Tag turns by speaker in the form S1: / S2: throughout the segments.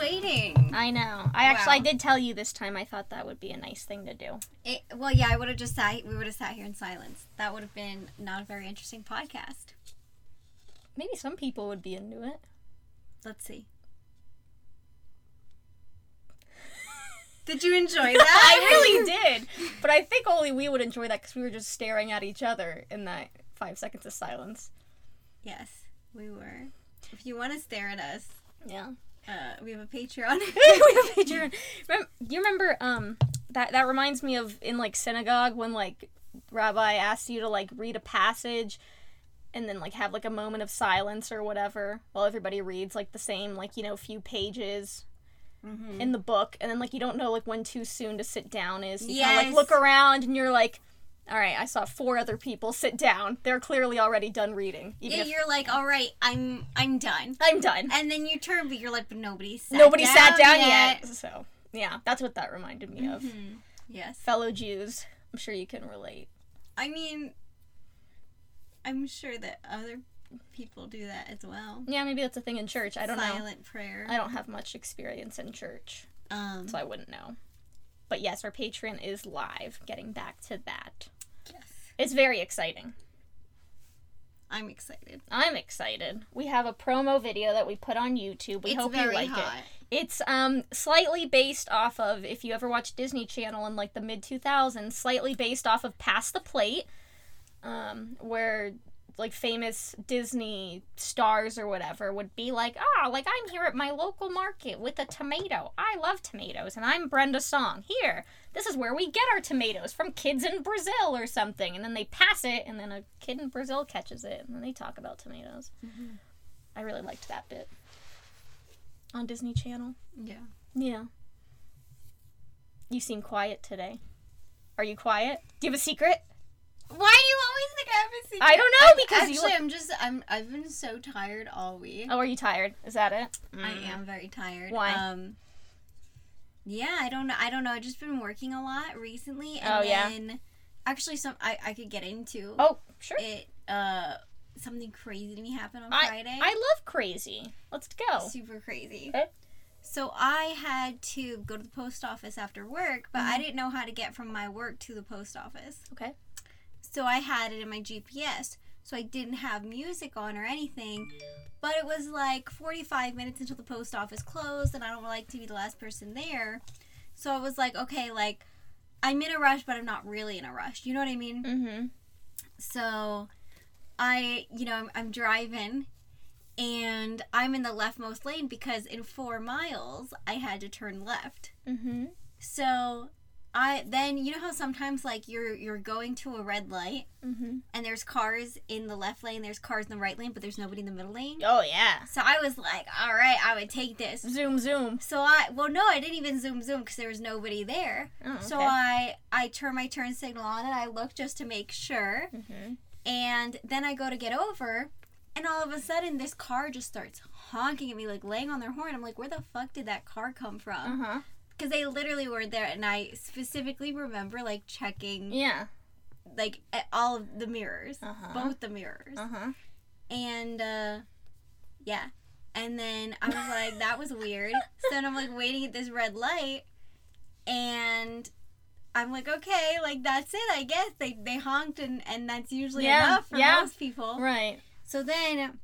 S1: waiting.
S2: I know. I actually I
S1: Wow.
S2: did tell you this time. I thought that would be a nice thing to do.
S1: It, well, yeah, I would have just sat. We would have sat here in silence. That would have been not a very interesting podcast.
S2: Maybe some people would be into it.
S1: Let's see. Did you enjoy that?
S2: I really did, but I think only we would enjoy that because we were just staring at each other in that five seconds of silence.
S1: yes, we were. If you want to stare at us,
S2: Yeah.
S1: uh, we have a Patreon.
S2: we have Patreon. Remem- do you remember um that that reminds me of in like synagogue when like rabbi asked you to like read a passage and then like have like a moment of silence or whatever while everybody reads like the same like you know few pages
S1: Mhm.
S2: in the book and then like you don't know like when too soon to sit down is you kind of
S1: Yes.
S2: like look around and you're like all right i saw four other people sit down they're clearly already done reading even
S1: yeah,
S2: if
S1: you're like, all right, I'm, I'm done.
S2: i'm done
S1: And then you turn, but you're like, but nobody sat.
S2: nobody
S1: down
S2: sat down yet. so yeah that's what that reminded me of
S1: Mhm. Yes.
S2: fellow Jews. I'm sure you can relate.
S1: I mean, I'm sure that other people do that as well.
S2: Yeah, maybe that's a thing in church. I don't know.
S1: Silent prayer.
S2: I don't have much experience in church,
S1: um,
S2: so I wouldn't know. But yes, our Patreon is live. Getting back to that.
S1: yes,
S2: It's very exciting.
S1: I'm excited.
S2: I'm excited. We have a promo video that we put on YouTube. We
S1: it's
S2: hope
S1: very
S2: you like
S1: hot.
S2: it. It's um slightly based off of if you ever watched Disney Channel in like the mid 2000s, slightly based off of Pass the Plate, um, where like famous Disney stars or whatever would be like, ah, like I'm here at my local market with a tomato. I love tomatoes, and I'm Brenda Song. Here, this is where we get our tomatoes from kids in Brazil or something. And then they pass it, and then a kid in Brazil catches it, and then they talk about tomatoes.
S1: Mm-hmm.
S2: I really liked that bit on Disney Channel.
S1: Yeah.
S2: Yeah. You seem quiet today. Are you quiet? Do you have a secret?
S1: Why do you always think I have a secret?
S2: I don't know because
S1: Actually,
S2: you. look-
S1: I'm just I'm I've been so tired all week.
S2: oh, are you tired? Is that it?
S1: I
S2: Mm.
S1: am very tired.
S2: Why?
S1: Um, yeah, I don't know. I don't know. I've just been working a lot recently, and
S2: Oh, yeah.
S1: then actually, some I I could get into.
S2: Oh, sure.
S1: it uh something crazy to me happened on Friday.
S2: I love crazy. Let's go.
S1: super crazy.
S2: Oh. Okay.
S1: So I had to go to the post office after work, but I didn't know how to get from my work to the post office.
S2: Okay.
S1: So I had it in my GPS. So I didn't have music on or anything, but it was like 45 minutes until the post office closed and I don't like to be the last person there. So I was like, okay, like I'm in a rush, but I'm not really in a rush. You know what I mean?
S2: Mm-hmm.
S1: So I, you know, I'm, I'm driving and I'm in the leftmost lane because in four miles I had to turn left.
S2: Mm-hmm.
S1: So I then you know how sometimes like you're you're going to a red light
S2: Mm-hmm.
S1: and there's cars in the left lane, there's cars in the right lane, but there's nobody in the middle lane.
S2: Oh yeah.
S1: So I was like, all right, I would take this.
S2: Zoom zoom.
S1: So I well no, I didn't even zoom zoom because there was nobody there.
S2: Oh, okay.
S1: So uh, I I turn my turn signal on and I look just to make sure.
S2: mm-hmm.
S1: And then I go to get over, and all of a sudden, this car just starts honking at me, like laying on their horn. I'm like, where the fuck did that car come
S2: Uh
S1: from?
S2: huh.
S1: Because they literally were there, and I specifically remember like checking
S2: Yeah.
S1: like a- all of the mirrors,
S2: Uh-huh.
S1: both the mirrors,
S2: Uh huh.
S1: and uh, yeah. And then I was like, that was weird. So then I'm like waiting at this red light, and. I'm like, okay, like that's it, I guess. They they honked and, and that's usually
S2: Yeah,
S1: enough for
S2: yeah.
S1: most people.
S2: Right.
S1: So then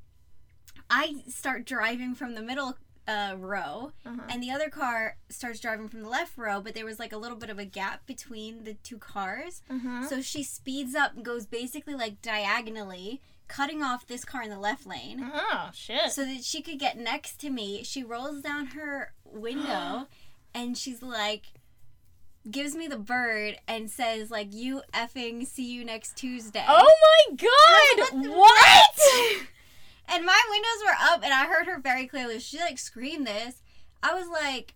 S1: I start driving from the middle uh, row,
S2: Uh-huh.
S1: and the other car starts driving from the left row, but there was like a little bit of a gap between the two cars.
S2: Uh-huh.
S1: So she speeds up and goes basically like diagonally, cutting off this car in the left lane.
S2: Oh shit.
S1: So that she could get next to me, she rolls down her window and she's like, gives me the bird and says, like, you effing see you next Tuesday.
S2: oh my god! What?
S1: And my windows were up, and I heard her very clearly. She like screamed this. I was like,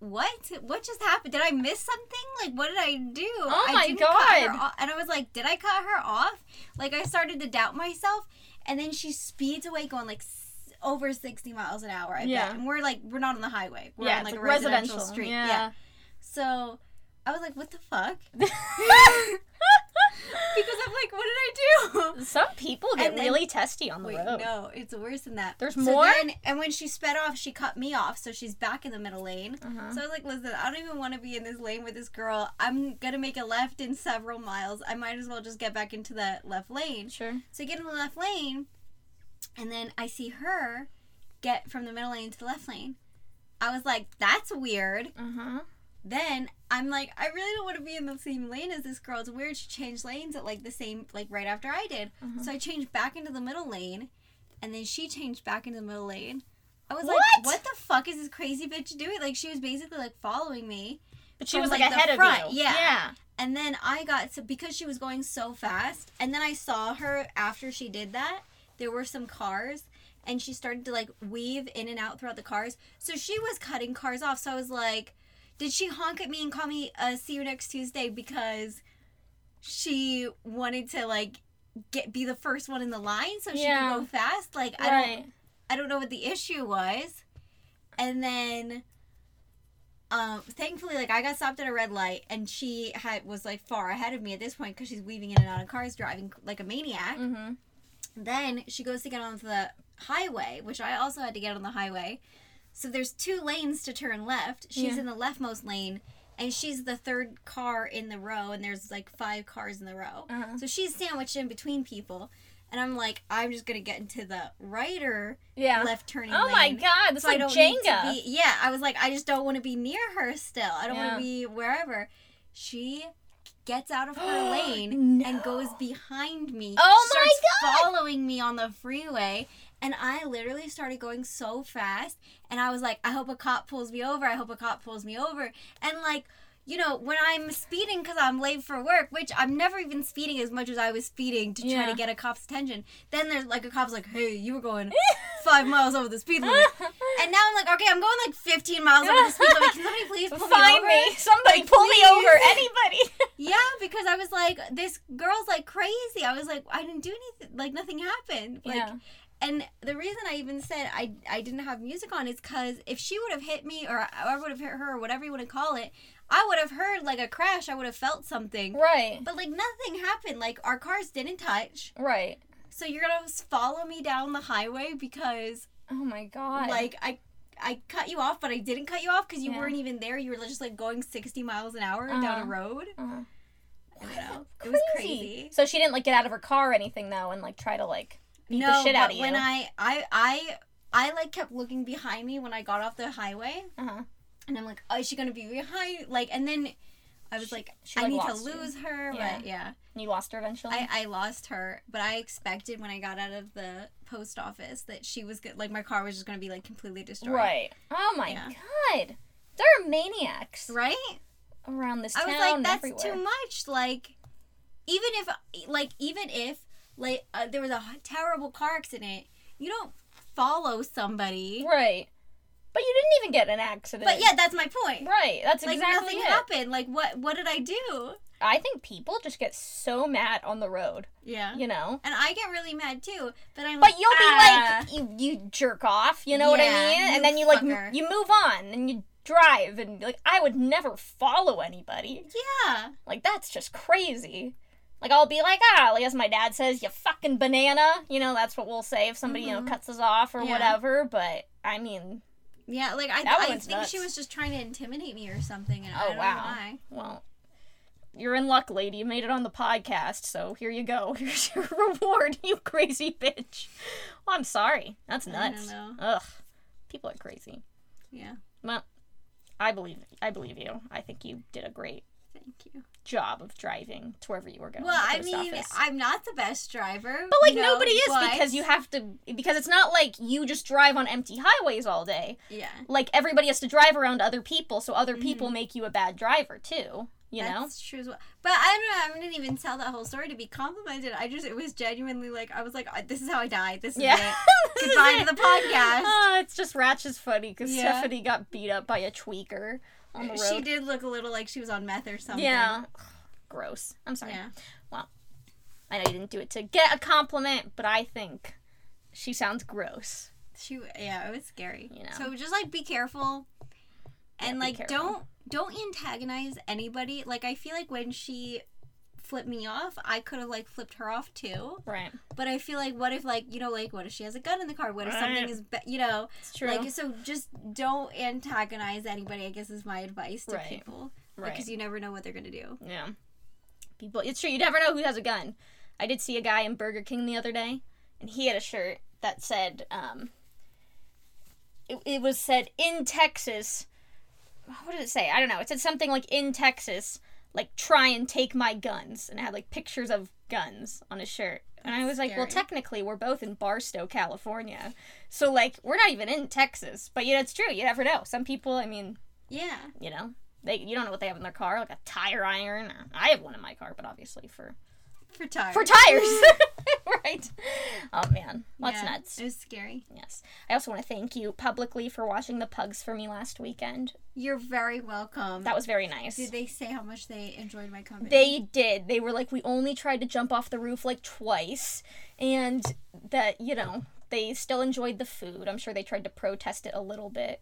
S1: "What? What just happened? Did I miss something? Like, what did I do?
S2: Oh
S1: I
S2: my
S1: cut her
S2: God.
S1: off." And I was like, "Did I cut her off? Like, I started to doubt myself." And then she speeds away, going like s- over sixty miles an hour. I
S2: Yeah.
S1: bet. And we're like, we're not on the highway. We're
S2: yeah,
S1: on like
S2: it's
S1: a
S2: like
S1: residential,
S2: residential,
S1: street.
S2: Yeah.
S1: So I was like, "What the fuck?" because I'm like, what did I do?
S2: Some people get
S1: And then-
S2: really testy on the
S1: Wait,
S2: road.
S1: no, it's worse than that.
S2: There's
S1: So
S2: more?
S1: then- and when she sped off, she cut me off, so she's back in the middle lane.
S2: Uh-huh.
S1: So I was like, listen, I don't even want to be in this lane with this girl. I'm gonna make a left in several miles. I might as well just get back into that left lane.
S2: Sure.
S1: So I get in the left lane, and then I see her get from the middle lane to the left lane. I was like, that's weird.
S2: Uh huh.
S1: Then I'm like, I really don't want to be in the same lane as this girl. It's weird she changed lanes at like the same, like right after I did.
S2: Uh-huh.
S1: So I changed back into the middle lane, and then she changed back into the middle lane. I was
S2: What?
S1: like, what the fuck is this crazy bitch doing? Like, she was basically like following me.
S2: But she
S1: From,
S2: was like,
S1: like, the
S2: ahead
S1: front,
S2: of you.
S1: yeah.
S2: Yeah.
S1: And then I got, so because she was going so fast, and then I saw her after she did that, there were some cars, and she started to like weave in and out throughout the cars. So she was cutting cars off. So I was like, did she honk at me and call me, uh, see you next Tuesday because she wanted to like, Get be the first one in the line so she
S2: Yeah.
S1: could go fast. Like I don't
S2: Right.
S1: I don't know what the issue was. And then um thankfully like I got stopped at a red light and she had was like far ahead of me at this point cuz she's weaving in and out of cars driving like a maniac.
S2: Mm-hmm.
S1: Then she goes to get onto the highway, which I also had to get on the highway. So there's two lanes to turn left. She's
S2: Yeah.
S1: in the leftmost lane and she's the third car in the row and there's like five cars in the row.
S2: Uh-huh.
S1: So she's sandwiched in between people and I'm like I'm just going to get into the righter
S2: Yeah.
S1: left turning
S2: Oh
S1: lane.
S2: my god, this
S1: So
S2: is like
S1: I don't need to
S2: Jenga.
S1: be Yeah, I was like, I just don't want to be near her still. I don't want
S2: Yeah.
S1: to be wherever. She gets out of her lane and goes behind me.
S2: Oh my
S1: starts following me on the freeway. And I literally started going so fast and I was like, I hope a cop pulls me over. I hope a cop pulls me over. And like you know, when I'm speeding because I'm late for work, which I'm never even speeding as much as I was speeding to try
S2: Yeah.
S1: to get a cop's attention. Then there's like a cop's like, "Hey, you were going five miles over the speed limit," and now I'm like, "Okay, I'm going like 15 miles over the speed limit. Can somebody please pull
S2: Find
S1: me
S2: me,
S1: over?"
S2: somebody
S1: Like,
S2: pull me over,
S1: please.
S2: anybody.
S1: Yeah, because I was like, "This girl's like crazy." I was like, "I didn't do anything. Like nothing happened." Like,
S2: yeah.
S1: and the reason I even said I I didn't have music on is because if she would have hit me or I- I would have hit her or whatever you want to call it, I would have heard like a crash. I would have felt something.
S2: Right.
S1: But like nothing happened. Like our cars didn't touch.
S2: Right.
S1: So you're gonna s- follow me down the highway because
S2: Oh my god.
S1: like I. I cut you off, but I didn't cut you off because you
S2: Yeah.
S1: weren't even there. You were just like going 60 miles an hour
S2: Uh-huh.
S1: down a road.
S2: Uh,
S1: I don't know. It was crazy.
S2: So she didn't like get out of her car or anything though, and like try to like beat
S1: no,
S2: the shit out
S1: but
S2: of
S1: when
S2: you.
S1: I, I, I, I like kept looking behind me when I got off the highway,
S2: uh-huh.
S1: and I'm like, oh, is she gonna be behind? Like, and then I was
S2: She-
S1: like,
S2: she,
S1: I
S2: like,
S1: need to
S2: lost you.
S1: lose her,
S2: Yeah.
S1: but yeah,
S2: And you lost her eventually.
S1: I, I lost her. But I expected when I got out of the post office that she was good. Like my car was just gonna be like completely destroyed.
S2: right. Oh my
S1: Yeah.
S2: god. There are maniacs
S1: Right.
S2: around this
S1: I
S2: town
S1: was like, that's
S2: everywhere.
S1: too much. Like, even if, like, even if, like, uh, there was a h- terrible car accident, you don't follow somebody.
S2: Right. But you didn't even get in an accident.
S1: But yeah, that's my point.
S2: Right. That's
S1: Like
S2: exactly
S1: nothing
S2: it.
S1: happened. Like what? What did I do?
S2: I think people just get so mad on the road,
S1: Yeah.
S2: you know.
S1: And I get really mad too. But I'm.
S2: But you'll
S1: "Ah."
S2: be like, you, you jerk off, you know what I
S1: Yeah,
S2: mean?
S1: you
S2: And then you like, m-
S1: fucker.
S2: you move on and you drive and like, I would never follow anybody.
S1: yeah.
S2: Like that's just crazy. Like I'll be like, ah, like as my dad says, you fucking banana. You know, that's what we'll say if somebody you know
S1: Mhm.
S2: cuts us off or
S1: Yeah.
S2: whatever. But I mean,
S1: Yeah. Like I,
S2: That
S1: I
S2: one's
S1: think she
S2: nuts.
S1: was just trying to intimidate me or something. And I
S2: Oh,
S1: don't
S2: wow.
S1: know why.
S2: well, you're in luck, lady. You made it on the podcast, so here you go. Here's your reward, you crazy bitch. Well, I'm sorry. That's
S1: I don't
S2: nuts.
S1: know.
S2: Ugh, people are crazy.
S1: Yeah.
S2: Well, I believe I believe you. I think you did a great
S1: Thank you.
S2: job of driving to wherever you were going.
S1: Well,
S2: to the
S1: I
S2: post
S1: mean,
S2: office.
S1: I'm not the best driver.
S2: But like
S1: you know,
S2: nobody is
S1: but-
S2: because you have to because it's not like you just drive on empty highways all day.
S1: Yeah.
S2: Like everybody has to drive around other people, so other people make you a bad driver too. You know?
S1: Mm-hmm. That's true as well. But I don't know. I didn't even tell that whole story to be complimented. I just it was genuinely like I was like, "I- this is how I died. This is
S2: Yeah.
S1: it.
S2: This is
S1: Goodbye to
S2: it.
S1: the podcast.
S2: Oh, it's just ratchets funny because
S1: Yeah.
S2: Stephanie got beat up by a tweaker on the road.
S1: She did look a little like she was on meth or something.
S2: Yeah. Gross. I'm sorry.
S1: Yeah.
S2: I know you didn't do it to get a compliment, but I think she sounds gross.
S1: She yeah, it was scary.
S2: You know.
S1: So just like be careful. And
S2: be
S1: like
S2: careful.
S1: don't don't antagonize anybody. Like I feel like when she flip me off, I could have like flipped her off too.
S2: Right.
S1: But I feel like what if like you know like what if she has a gun in the car? What if something
S2: Right.
S1: is ba- you know
S2: It's true.
S1: like so just don't antagonize anybody. I guess is my advice to
S2: Right.
S1: people because
S2: right.
S1: you never know what they're gonna do.
S2: yeah. People, it's true. You never know who has a gun. I did see a guy in Burger King the other day, and he had a shirt that said, um, it, it was said in Texas. What did it say? I don't know. It said something like in Texas, like try and take my guns, and it had like pictures of guns on his shirt. And I was like, well,
S1: scary.
S2: technically, we're both in Barstow, California, so like we're not even in Texas. But you know, it's true. You never know. Some people, I mean,
S1: Yeah,
S2: you know they you don't know what they have in their car like a tire iron or i have one in my car but obviously for
S1: for tires.
S2: for tires right oh man that's
S1: Yeah,
S2: nuts
S1: It was scary.
S2: yes i also want to thank you publicly for watching the pugs for me last weekend
S1: You're very welcome.
S2: that was very nice
S1: Did they say how much they enjoyed my company?
S2: they did they were like we only tried to jump off the roof like twice and that you know they still enjoyed the food i'm sure they tried to protest it a little bit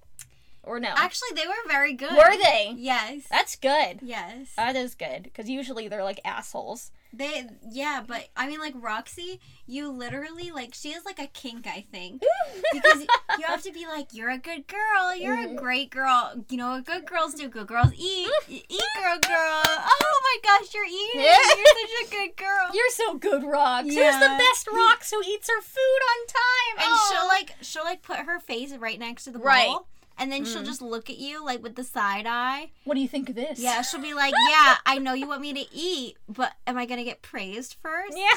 S2: or no
S1: actually they were very good.
S2: were they
S1: Yes.
S2: that's good
S1: Yes.
S2: that is good because usually they're like assholes
S1: They yeah, but I mean like Roxy, you literally like she has like a kink I think. Because you have to be like you're a good girl, you're a
S2: Mhm.
S1: great girl. You know what good girls do? Good girls eat. E-, Eat girl girl. Oh my gosh, you're eating. You're such a good girl.
S2: You're so good, Rox. Who's the
S1: Yeah.
S2: best Rox who eats her food on time?
S1: and
S2: Oh.
S1: she'll like she'll like put her face right Mm. next to the bowl.
S2: Right.
S1: And then she'll
S2: Mhm.
S1: just look at you like with the side eye.
S2: what do you think of this?
S1: Yeah, she'll be like, "Yeah, I know you want me to eat, but am I gonna get praised first?
S2: Yeah.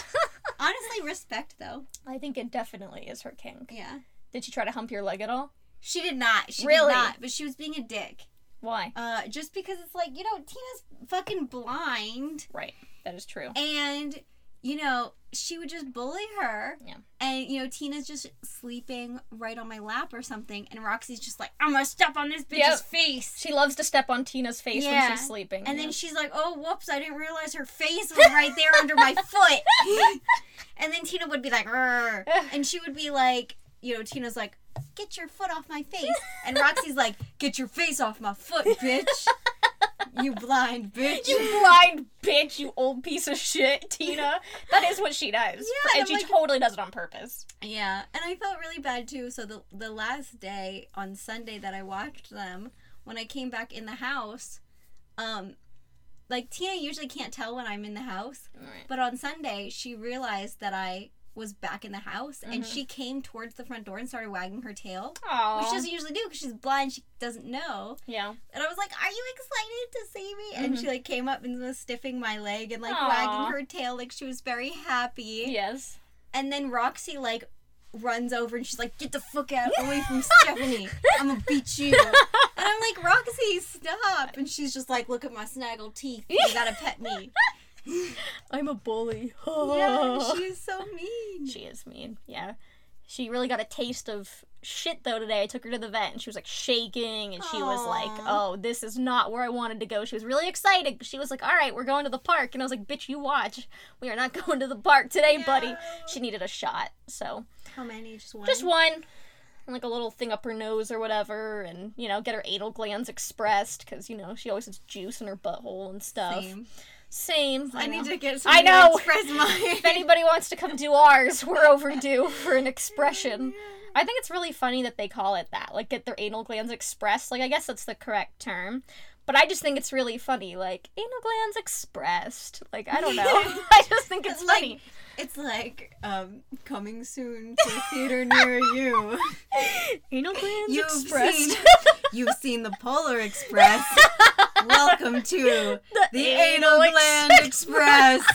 S1: Honestly, respect though.
S2: I think it definitely is her kink.
S1: Yeah,
S2: Did she try to hump your leg at all?
S1: she did not. She
S2: Really?
S1: did not. But she was being a dick.
S2: Why?
S1: Uh, just because it's like you know Tina's fucking blind,
S2: Right. That is true.
S1: and you know she would just bully her.
S2: Yeah.
S1: And you know Tina's just sleeping right on my lap or something, and Roxy's just like, "I'm gonna step on this bitch's
S2: Yep.
S1: face."
S2: She loves to step on Tina's face when
S1: Yeah.
S2: she's sleeping.
S1: And then
S2: Yeah.
S1: she's like, "Oh, whoops! I didn't realize her face was right there under my foot." and then Tina would be like, "Rrr," and she would be like, "You know, Tina's like, get your foot off my face," and Roxy's like, "Get your face off my foot, bitch! You blind bitch!"
S2: You blind bitch, you old piece of shit, Tina. That is what she does.
S1: Yeah, and
S2: and she
S1: I'm like-
S2: totally does it on purpose.
S1: Yeah, and I felt really bad too. So the the last day on Sunday that I watched them, when I came back in the house, um, like Tina usually can't tell when I'm in the house.
S2: Right.
S1: But on Sunday, she realized that I was back in the house and
S2: Mm-hmm.
S1: she came towards the front door and started wagging her tail,
S2: Aww.
S1: which she doesn't usually do because she's blind, she doesn't know.
S2: yeah.
S1: And I was like, Are you excited to see me? And she like came up and was sniffing my leg and like
S2: Mm-hmm. Aw.
S1: wagging her tail like she was very happy.
S2: Yes.
S1: And then Roxy like runs over and she's like, Get the fuck out away from Stephanie. I'm gonna beat you. And I'm like, Roxy, stop. And she's just like, Look at my snaggled teeth. You gotta pet me.
S2: I'm a bully.
S1: yeah, Oh. she is so mean.
S2: She is mean. Yeah. She really got a taste of shit though today. I took her to the vet and she was like shaking and she was like,
S1: Aw.
S2: "Oh, this is not where I wanted to go." She was really excited. She was like, "All right, we're going to the park." And I was like, "Bitch, you watch. We are not going to the park today, buddy."
S1: No.
S2: She needed a shot. So,
S1: How many? Just one.
S2: just one like a little thing up her nose or whatever and, you know, get her anal glands expressed cuz you know, she always has juice in her butthole and stuff. Same.
S1: Same.
S2: I,
S1: I need
S2: know.
S1: to get some.
S2: I know.
S1: Express
S2: if
S1: mine.
S2: anybody wants to come do ours, we're overdue for an expression. I think it's really funny that they call it that, like get their anal glands expressed. Like I guess that's the correct term, but I just think it's really funny, like anal glands expressed. Like I don't know, I just think it's
S1: Like-
S2: funny.
S1: it's like um, coming soon to a theater near you.
S2: Anal glands
S1: You've
S2: expressed.
S1: seen. You've seen the Polar Express. Welcome to the, Anal Gland Express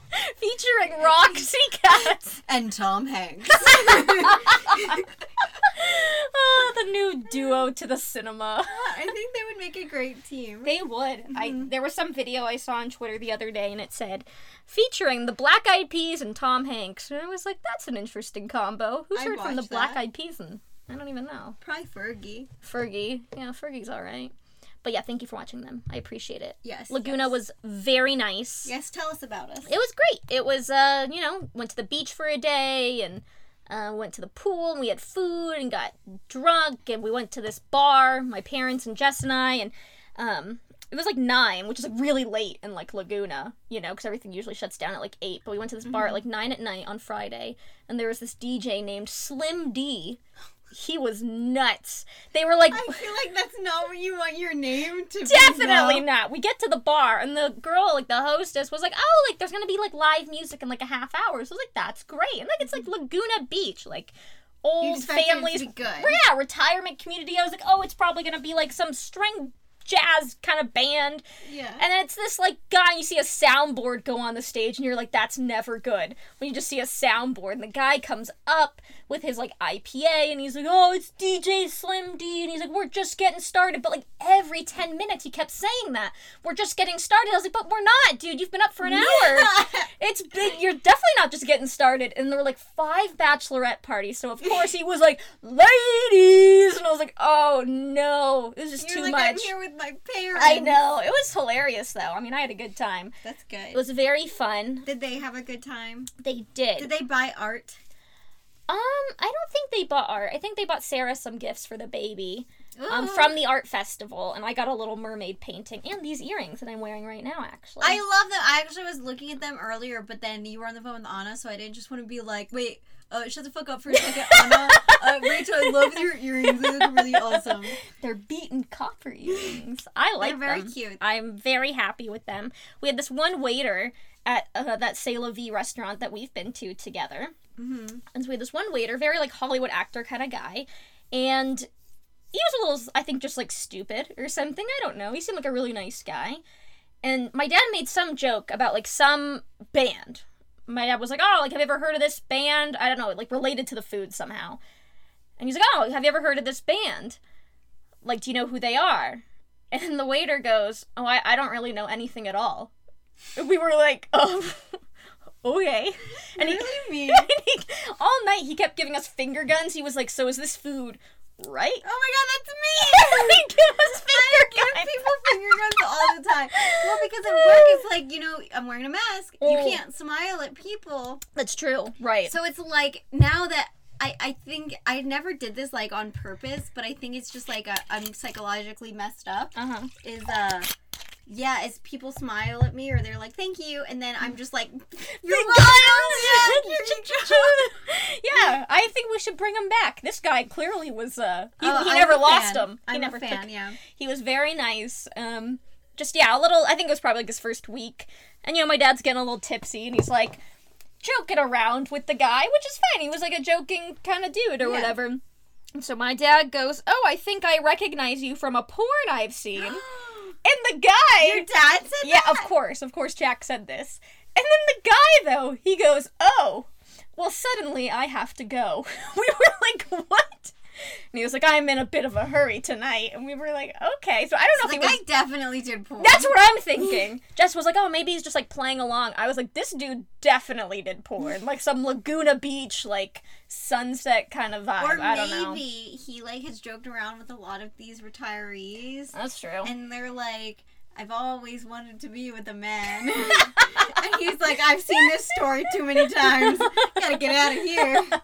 S2: featuring Roxy Cats.
S1: and Tom Hanks.
S2: oh, the new duo to the cinema.
S1: I think they would make a great team.
S2: They would. I
S1: Mm-hmm.
S2: there was some video I saw on Twitter the other day, and it said featuring the Black Eyed Peas and Tom Hanks, and I was like, that's an interesting combo. Who's
S1: I'd
S2: heard from the
S1: watch
S2: Black
S1: that.
S2: Eyed Peas? And I don't even know.
S1: Probably Fergie.
S2: Fergie. Yeah, Fergie's all right. But yeah, thank you for watching them. I appreciate it.
S1: Yes.
S2: Laguna
S1: yes.
S2: was very nice.
S1: Yes, tell us about us.
S2: It was great. It was, uh, you know, went to the beach for a day and uh, went to the pool and we had food and got drunk and we went to this bar, my parents and Jess and I, and um, it was like nine, which is like really late in like Laguna, you know, because everything usually shuts down at like eight. But we went to this bar at like nine at night on Friday, and there was this DJ named Slim D. He was nuts. They were like,
S1: I feel like that's not what you want your name to be.
S2: definitely
S1: though.
S2: not. We get to the bar, and the girl, like the hostess, was like, oh, like there's gonna be like live music in like a half hour. So I was like, that's great. And like it's like Laguna Beach, like
S1: Mm-hmm. You
S2: old
S1: expected it to
S2: families
S1: be good.
S2: yeah, retirement community. I was like, oh, it's probably gonna be like some string jazz kind of band.
S1: Yeah.
S2: And then it's this like guy, and you see a soundboard go on the stage, and you're like, that's never good. When you just see a soundboard, and the guy comes up with his like IPA, and he's like, oh, it's DJ Slim D, and he's like, we're just getting started. But like every 10 minutes, he kept saying that. We're just getting started. I was like, but we're not, dude. You've been up for an hour. It's big. You're definitely not just getting started. And there were like five bachelorette parties, so of course he was like, ladies, and I was like, oh no, this is just
S1: You're
S2: too
S1: like,
S2: much.
S1: I'm here with my parents.
S2: I know. It was hilarious though. I mean, I had a good time.
S1: That's
S2: It
S1: good.
S2: was very fun.
S1: Did they have a good time?
S2: They did.
S1: Did they buy art?
S2: Um, I don't think they bought art. I think they bought Sarah some gifts for the baby. Um,
S1: Ooh.
S2: from the art festival, and I got a little mermaid painting and these earrings that I'm wearing right now. Actually,
S1: I love them. I actually was looking at them earlier, but then you were on the phone with Anna, so I didn't just want to be like, wait, uh, shut the fuck up for a second, Anna. Uh, Rachel, I love your earrings. They look really awesome.
S2: they're beaten copper earrings. I like
S1: They're very
S2: them.
S1: cute.
S2: I'm very happy with them. We had this one waiter at uh, that C'est La Vie restaurant that we've been to together.
S1: Mhm.
S2: And so we had this one waiter, very like Hollywood actor kind of guy. And he was a little, I think, just like stupid or something. I don't know. He seemed like a really nice guy. And my dad made some joke about like some band. My dad was like, Oh, like, have you ever heard of this band? I don't know, like related to the food somehow. And he's like, Oh, have you ever heard of this band? Like, do you know who they are? And the waiter goes, Oh, I, I don't really know anything at all. And we were like, Oh, okay. And he,
S1: Really mean.
S2: and he, all night he kept giving us finger guns. He was like, "So is this food right?"
S1: Oh my god, that's me!
S2: he gave us finger
S1: I
S2: guns.
S1: give people finger guns all the time. Well, because at work it's like, you know, I'm wearing a mask. You
S2: Oh.
S1: can't smile at people.
S2: That's true. Right.
S1: So it's like now that I, I think I never did this like on purpose, but I think it's just like a, I'm psychologically messed up.
S2: uh huh.
S1: Is uh, yeah, is people smile at me or they're like thank you, and then I'm just like you're welcome. Yeah, here you go.
S2: yeah, I think we should bring him back. This guy clearly was. Uh, he,
S1: Oh,
S2: he
S1: I'm
S2: never
S1: a
S2: lost
S1: fan.
S2: him. He
S1: I'm
S2: never
S1: a fan.
S2: took-
S1: Yeah.
S2: He was very nice. Um, just yeah, a little. I think it was probably like his first week, and you know my dad's getting a little tipsy, and he's like joking around with the guy, which is fine. He was like a joking kind of dude or
S1: Yeah.
S2: whatever. And so my dad goes, "Oh, I think I recognize you from a porn I've seen," and the guy
S1: Your dad said
S2: yeah,
S1: that.
S2: of course, of course, Jack said this. And then the guy, though, he goes, Oh, well, suddenly I have to go. we were like, What? And he was like, I'm in a bit of a hurry tonight. And we were like, Okay. So I don't know
S1: Like,
S2: if he was.
S1: I definitely did porn.
S2: That's what I'm thinking. Jess was like, Oh, maybe he's just like playing along. I was like, This dude definitely did porn. Like some Laguna Beach, like sunset kind of vibe.
S1: Or
S2: I don't
S1: maybe
S2: know.
S1: he like has joked around with a lot of these retirees,
S2: That's true.
S1: and they're like, "I've always wanted to be with a man," and he's like, "I've seen this story too many times. Gotta get out of here."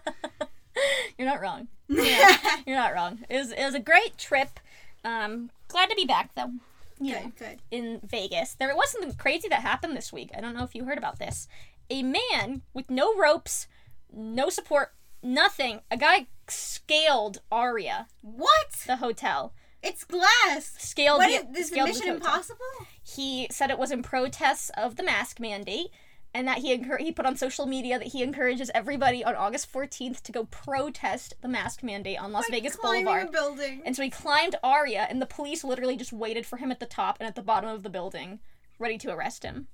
S2: You're not wrong.
S1: Yeah.
S2: You're not wrong. It was, it was a great trip. Um, glad to be back though. You know,
S1: Good, good.
S2: in Vegas, there was something crazy that happened this week. I don't know if you heard about this. A man with no ropes, no support, nothing. A guy scaled Aria,
S1: What?
S2: the hotel.
S1: It's glass.
S2: Scaled
S1: What
S2: the
S1: is this?
S2: scaled
S1: Mission
S2: hotel.
S1: Impossible?
S2: He said it was in protest of the mask mandate. And that he encour- he put on social media that he encourages everybody on August 14th to go protest the mask mandate on Las Vegas
S1: Climbing
S2: Boulevard.
S1: a building.
S2: And so he climbed Arya, and the police literally just waited for him at the top and at the bottom of the building, ready to arrest him.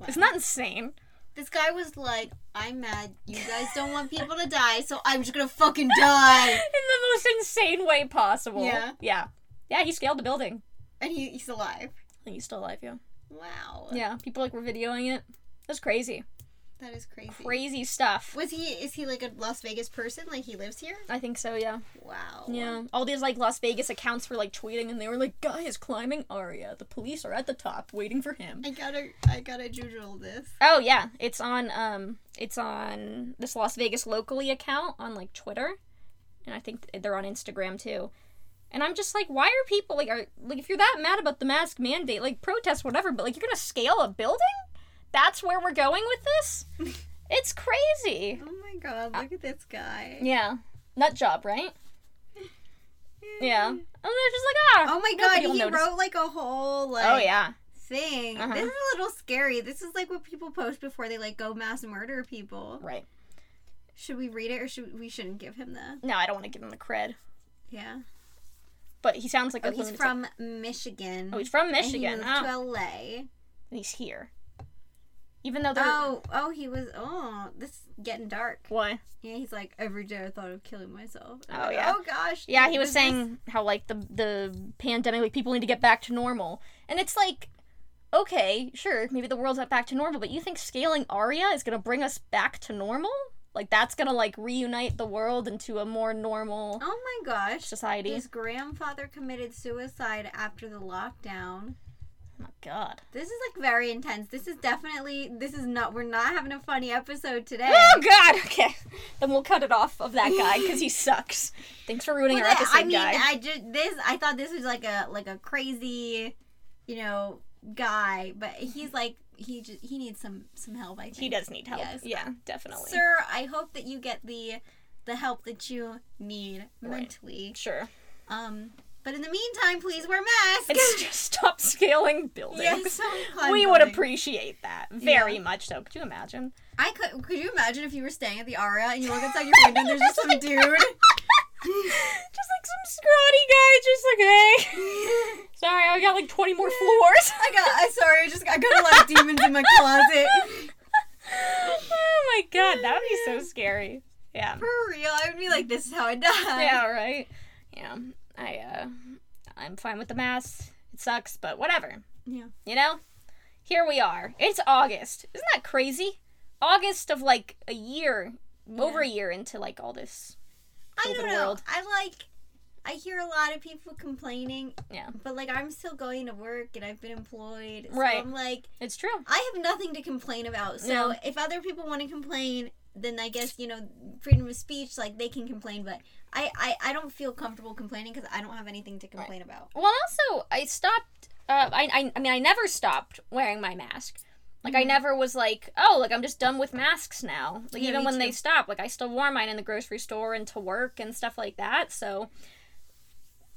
S1: Wow.
S2: Isn't that insane?
S1: This guy was like, "I'm mad. You guys don't want people to die, so I'm just gonna fucking die."
S2: In the most insane way possible.
S1: Yeah.
S2: Yeah. Yeah, he scaled the building.
S1: And he, he's alive.
S2: I think he's still alive, yeah.
S1: Wow.
S2: Yeah, people like were videoing it. That's crazy.
S1: That is crazy.
S2: Crazy stuff.
S1: Was he? Is he like a Las Vegas person? Like he lives here?
S2: I think so, yeah.
S1: Wow.
S2: Yeah. All these like Las Vegas accounts were like tweeting and they were like, Guy is climbing Arya. The police are at the top waiting for him.
S1: I gotta, I gotta doodle this.
S2: Oh yeah. It's on um it's on this Las Vegas locally account on like Twitter. And I think th- they're on Instagram too. And I'm just like, why are people like, are like, if you're that mad about the mask mandate, like, protest whatever, but like, you're gonna scale a building? That's where we're going with this? it's crazy.
S1: Oh my god, look at this guy.
S2: Yeah, nut job, right? Yeah. And they're just like, ah.
S1: Mm-hmm. Oh my god,
S2: nobody will
S1: he
S2: notice.
S1: wrote like a whole like
S2: Oh yeah.
S1: thing.
S2: Uh-huh.
S1: This is a little scary. This is like what people post before they like go mass murder people.
S2: Right.
S1: Should we read it or should we shouldn't give him the
S2: No, I don't want to give him the cred,
S1: Yeah.
S2: but he sounds like
S1: Oh,
S2: a
S1: he's
S2: lunatic.
S1: from Michigan.
S2: Oh, he's from
S1: and he
S2: Michigan.
S1: moved
S2: Oh,
S1: to LA.
S2: and he's here. Even though they're
S1: Oh, oh, he was. Oh, this is getting dark.
S2: what?
S1: Yeah, he's like every day I thought of killing myself. I'm
S2: Oh,
S1: like,
S2: yeah.
S1: Oh gosh.
S2: Yeah, he was
S1: this-
S2: saying how like the the pandemic, like people need to get back to normal, and it's like, okay, sure, maybe the world's not back to normal, but you think scaling Aria is gonna bring us back to normal? Like that's gonna like reunite the world into a more normal
S1: Oh my gosh.
S2: society?
S1: His grandfather committed suicide after the lockdown.
S2: oh my god.
S1: This is like very intense. This is definitely this is not we're not having a funny episode today.
S2: Oh god. Okay, then we'll cut it off of that guy because he sucks. Thanks for ruining
S1: Well,
S2: our
S1: that-
S2: episode,
S1: I mean,
S2: guy.
S1: I just this I thought this was like a like a crazy, you know, guy, but he's like he just he needs some some help. I think
S2: he does need help.
S1: Yes.
S2: Yeah, definitely.
S1: Sir, I hope that you get the the help that you need mentally.
S2: Sure.
S1: Um, but in the meantime, please wear masks.
S2: It's just stop scaling buildings.
S1: Yes, I'm
S2: we would
S1: building.
S2: appreciate that very much, though. Could you imagine?
S1: I could. Could you imagine if you were staying at the Aria and you look outside your window and there's just
S2: Oh
S1: some dude.
S2: just like some scrawny guy, just like, hey, sorry, I got like 20 more floors.
S1: I got. I sorry. I just. I got a lot of demons in my closet.
S2: oh my god, that would be so scary. Yeah.
S1: For real, I would be like, this is how I die.
S2: Yeah, right? Yeah. I, uh, I'm fine with the mask. It sucks, but whatever.
S1: Yeah.
S2: You know? Here we are. It's August. Isn't that crazy? August of like a year, over a year into like all this.
S1: I
S2: open
S1: don't know.
S2: world.
S1: I like. I hear a lot of people complaining,
S2: Yeah.
S1: but like I'm still going to work and I've been employed. So
S2: Right.
S1: I'm like,
S2: It's true.
S1: I have nothing to complain about. So
S2: Yeah.
S1: if other people want to complain, then I guess you know freedom of speech. Like they can complain, but I I, I don't feel comfortable complaining because I don't have anything to complain about.
S2: Well, also, I stopped. Uh, I, I, I mean, I never stopped wearing my mask. Like,
S1: Mm-hmm.
S2: I never was like, oh, like, I'm just done with masks now. Like,
S1: Yeah,
S2: even
S1: me
S2: when they
S1: too.
S2: stop, like, I still wore mine in the grocery store and to work and stuff like that. So,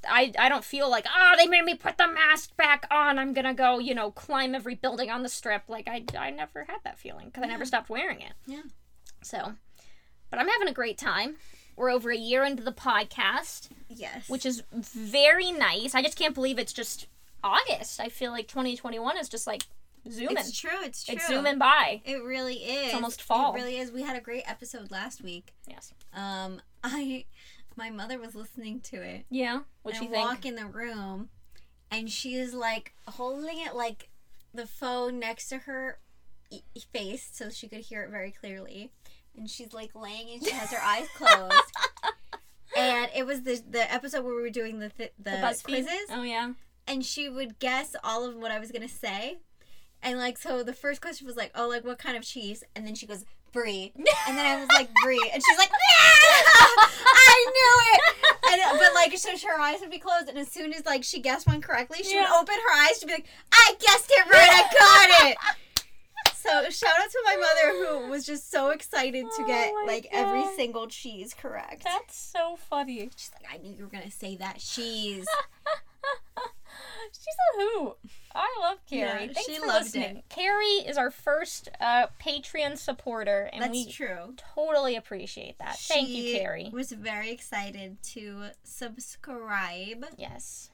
S2: I, I don't feel like, oh, they made me put the mask back on. I'm going to go, you know, climb every building on the strip. Like, I, I never had that feeling because I never stopped wearing it.
S1: Yeah.
S2: So, but I'm having a great time. We're over a year into the podcast
S1: Yes.
S2: which is very nice. I just can't believe it's just August. I feel like 2021 is just like zooming.
S1: it's
S2: It's,
S1: true. It's true.
S2: zooming by.
S1: It really is.
S2: almost fall.
S1: It really is. We had a great episode last week.
S2: Yes.
S1: Um, I my mother was listening to it.
S2: Yeah. What
S1: and
S2: you
S1: I
S2: think?
S1: walk in the room, and she is like holding it like the phone next to her e- face so she could hear it very clearly. And she's like laying and she has her eyes closed. And it was the the episode where we were doing the th- the,
S2: BuzzFeed?
S1: quizzes
S2: Oh yeah.
S1: and she would guess all of what I was gonna say. And like so the first question was like, Oh, like what kind of cheese? And then she goes, Brie. And then I was like, Brie. And she's like, I knew it. And but like so her eyes would be closed and as soon as like she guessed one correctly, she
S2: Yeah.
S1: would open her eyes, she'd be like, I guessed it right, I got it. So shout out to my mother who was just so excited to
S2: Oh
S1: get
S2: my
S1: like every
S2: God.
S1: single cheese correct.
S2: That's so funny.
S1: She's like, I knew you were gonna say that cheese.
S2: She's a hoot. I love Carrie.
S1: Yeah,
S2: Thanks
S1: she
S2: for
S1: loved
S2: listening. Carrie is our first uh, Patreon supporter, and
S1: That's
S2: we
S1: true.
S2: totally appreciate that. Thank you,
S1: She
S2: Carrie.
S1: Was very excited to subscribe,
S2: Yes.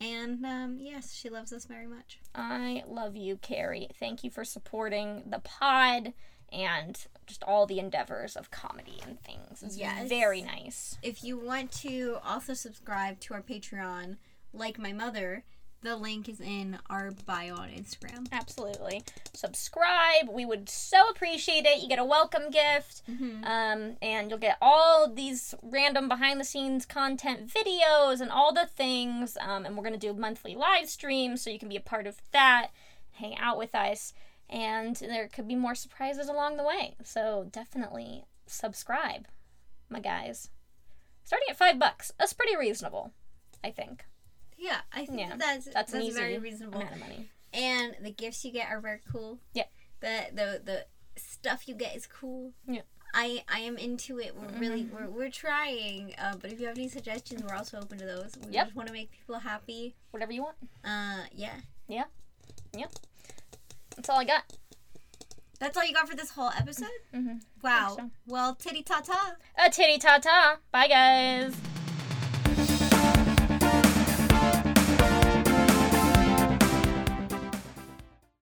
S1: and um, yes, she loves us very much.
S2: I love you, Carrie. Thank you for supporting the pod and just all the endeavors of comedy and things. It's
S1: Yes.
S2: very nice.
S1: If you want to also subscribe to our Patreon, like my mother, the link is in our bio on Instagram.
S2: Absolutely. Subscribe. We would so appreciate it. You get a welcome gift. Um, and you'll get all these random behind the scenes content videos and all the things. Um, and we're going to do monthly live streams so you can be a part of that, hang out with us. And there could be more surprises along the way. So definitely subscribe, my guys. Starting at five bucks, that's pretty reasonable. I think.
S1: Yeah, I think
S2: Yeah,
S1: that's
S2: that's
S1: that's,
S2: an easy
S1: very reasonable.
S2: Amount of money.
S1: And the gifts you get are very cool.
S2: Yeah.
S1: The the the stuff you get is cool.
S2: Yeah. Mm-hmm.
S1: I I am into it. We're really we're we're trying. Uh, but if you have any suggestions, we're also open to those. We
S2: Yep.
S1: just want to make people happy.
S2: Whatever you want.
S1: Uh, yeah.
S2: That's all I got.
S1: That's all you got for this whole episode.
S2: Mhm.
S1: Wow.
S2: Think so.
S1: Well, titty ta ta.
S2: A titty ta ta. Bye guys.